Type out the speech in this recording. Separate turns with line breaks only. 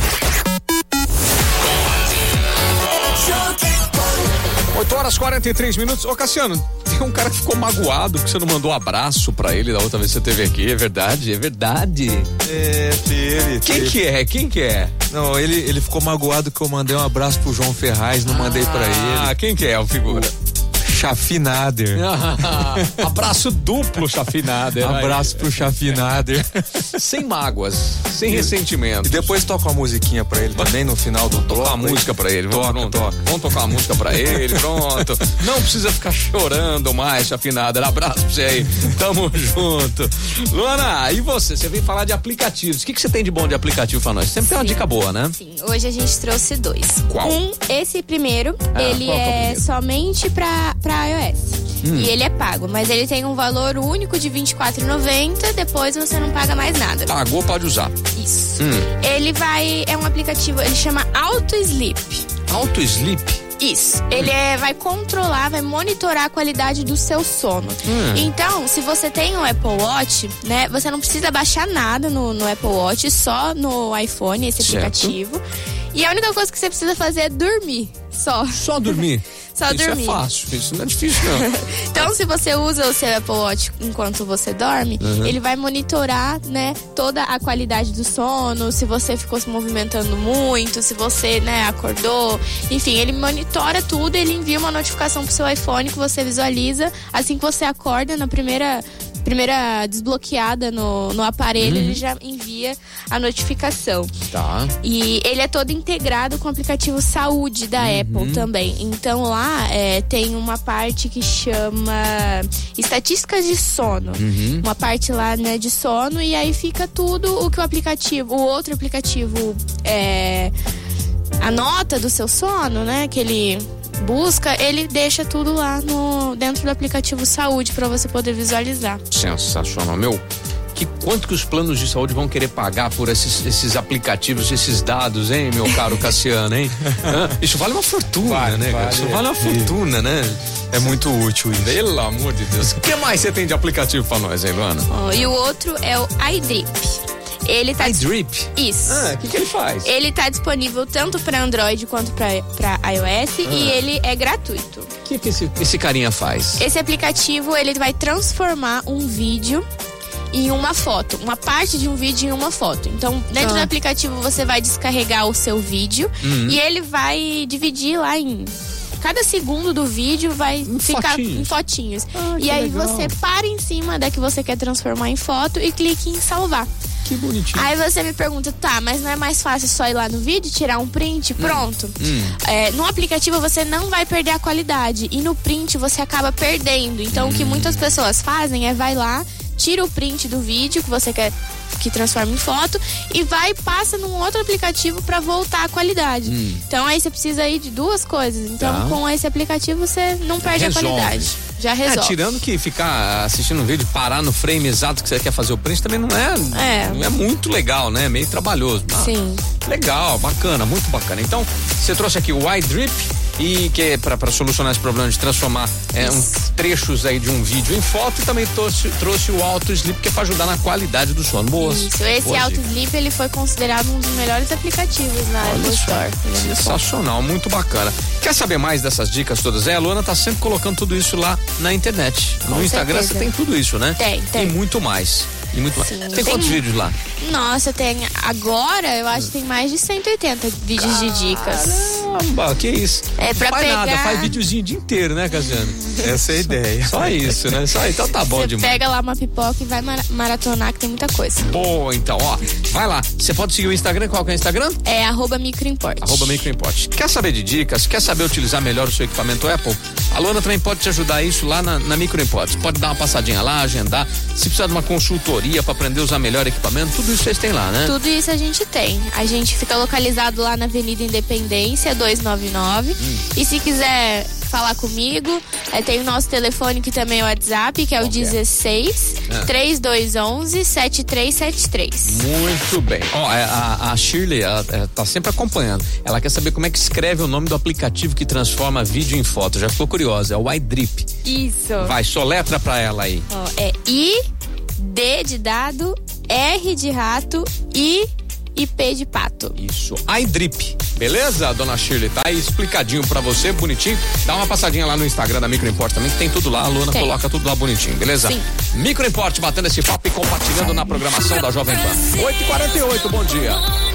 8 Então, horas 43 minutos. Ô, Cassiano, tem um cara que ficou magoado porque você não mandou um abraço pra ele da outra vez que você teve aqui. É verdade, é verdade.
É, teve.
Quem
teve.
que é? Quem que é?
Não, ele, ele ficou magoado que eu mandei um abraço pro João Ferraz, não mandei pra ele.
Ah, quem que é o figura?
Chafinader.
Ah, abraço duplo, chafinado. era
Abraço pro Chafinader.
ele. Sem mágoas, sem ressentimento.
E depois toca uma musiquinha pra ele também no final do bloco.
tocar a música pra ele.
Toca,
vamos,
toca.
Vamos tocar a música pra ele, pronto. Não precisa ficar chorando mais, chafinada. Abraço pra você aí. Tamo junto. Luana, e você? Você veio falar de aplicativos. O que, que você tem de bom de aplicativo pra nós? Sempre tem uma dica boa, né?
Sim, hoje a gente trouxe dois.
Qual?
Um, esse primeiro,
Ah,
ele
qual que é o
é
primeiro? Hum.
somente pra, pra iOS. E ele é pago, mas ele tem um valor único de R$ 24,90, depois você não paga mais nada.
Pagou, pode usar.
Isso.
Hum.
Ele vai. É um aplicativo, ele chama Auto Sleep.
Auto Sleep.
Isso. Ele é, vai controlar, vai monitorar a qualidade do seu sono.
Hum.
Então, se você tem um Apple Watch, né? Você não precisa baixar nada no, no Apple Watch, só no iPhone, esse
Certo.
aplicativo. E a única coisa que você precisa fazer é dormir. Só.
Só dormir.
Só
isso
dormir.
é fácil, isso não é difícil, não.
Então, se você usa o seu Apple Watch enquanto você dorme, ele vai monitorar, né, toda a qualidade do sono, se você ficou se movimentando muito, se você, né, acordou. Enfim, ele monitora tudo, ele envia uma notificação pro seu iPhone que você visualiza assim que você acorda na primeira primeira desbloqueada no, no aparelho, ele já envia a notificação.
Tá.
E ele é todo integrado com o aplicativo Saúde da
Uhum.
Apple também. Então lá é, tem uma parte que chama Estatísticas de Sono.
Uhum.
Uma parte lá né, de sono e aí fica tudo o que o aplicativo, o outro aplicativo é, anota do seu sono, né? Que ele busca, ele deixa tudo lá no dentro do aplicativo Saúde para você poder visualizar.
Sensacional, meu. Que quanto que os planos de saúde vão querer pagar por esses, esses aplicativos, esses dados, hein, meu caro Cassiano, hein? Hã? Isso vale uma fortuna,
Vale,
né? cara?
vale.
Isso vale uma fortuna, né?
É muito útil isso.
Pelo amor de Deus. O que mais você tem de aplicativo pra nós, hein, Luana?
Ó, E o outro é o iDrip. Ele tá
iDrip.
isso.
Ah, o que, que ele faz?
Ele tá disponível tanto pra Android quanto pra pra iOS e
Ah.
ele é gratuito.
O que, que esse, esse carinha faz?
Esse aplicativo ele vai transformar um vídeo em uma foto, uma parte de um vídeo em uma foto. Então, dentro do aplicativo você vai descarregar o seu vídeo
Uhum.
e ele vai dividir lá em Cada segundo do vídeo vai ficar
fotinhos.
em fotinhos.
Ah, que
e aí
legal.
você para em cima da que você quer transformar em foto e clique em salvar.
Que bonitinho.
Aí você me pergunta, tá, mas não é mais fácil só ir lá no vídeo, tirar um
Hum.
print, pronto. É, no aplicativo você não vai perder a qualidade e no print você acaba perdendo. Então
Hum.
o que muitas pessoas fazem é vai lá, tira o print do vídeo que você quer que transforma em foto e vai e passa num outro aplicativo pra voltar a qualidade. Então aí você precisa ir de duas coisas. Então
Hum. Tá.
com esse aplicativo você não perde
Resolve.
a qualidade. Já
É,
resolve.
tirando que ficar assistindo um vídeo, parar no frame exato que você quer fazer o print também não é,
É.
não é muito legal, né? É meio trabalhoso. mas-
Sim.
Legal, bacana, muito bacana. Então, você trouxe aqui o iDrip e que é para solucionar esse problema de transformar é, um-
Isso.
trechos aí de um vídeo em foto e também trouxe, trouxe o Auto Sleep que é para ajudar na qualidade do sono. Boas.
Isso, esse
boas
Auto
dicas.
Sleep ele foi considerado um dos melhores aplicativos na Apple
Olha
Store. Ele é
só,
muito
sensacional, muito bacana. Quer saber mais dessas dicas todas? É, a Luana tá sempre colocando tudo isso lá na internet. no Instagram
certeza.
você tem tudo isso, né?
Tem, tem.
E muito mais. E muito mais.
Sim,
Tem,
tem
quantos
mu-
vídeos lá?
Nossa, tem agora, eu acho que tem mais de 180 vídeos de dicas.
Caramba, que isso.
É pra
Não faz nada,
pegar-
faz videozinho o dia inteiro, né, Casiano?
Essa é a ideia.
Só isso, né? Só então tá bom
Você
demais.
pega lá uma pipoca e vai mara- maratonar que tem muita coisa.
Boa, então, ó. Vai lá. Você pode seguir o Instagram, qual que é o Instagram?
É arroba microimport.
Arroba Microimport. Quer saber de dicas? Quer saber utilizar melhor o seu equipamento Apple? A Luana também pode te ajudar isso lá na, na Microimport. Pode dar uma passadinha lá, agendar. Se precisar de uma consultoria pra aprender a usar melhor equipamento, tudo isso vocês têm lá, né?
Tudo isso a gente tem. A gente fica localizado lá na Avenida Independência 299.
Hum.
E se quiser falar comigo, eh, tem o nosso telefone que também é o WhatsApp, que é o
Qual que é?
16
Ah.
3211 7373.
Muito bem. Ó, é, a, a Shirley ela, é, tá sempre acompanhando. Ela quer saber como é que escreve o nome do aplicativo que transforma vídeo em foto. Já ficou curiosa. É o iDrip.
Isso.
Vai, soletra pra ela aí.
Ó, é I, D de dado, R de rato, I e P de pato.
Isso. iDrip. Beleza, dona Shirley? Tá aí explicadinho pra você, bonitinho. Dá uma passadinha lá no Instagram da Microimport também, que tem tudo lá. A Luana
Tem.
coloca tudo lá bonitinho, beleza?
Sim.
Microimport batendo esse papo e compartilhando na programação da Jovem Pan. 8h48, bom dia.
Bom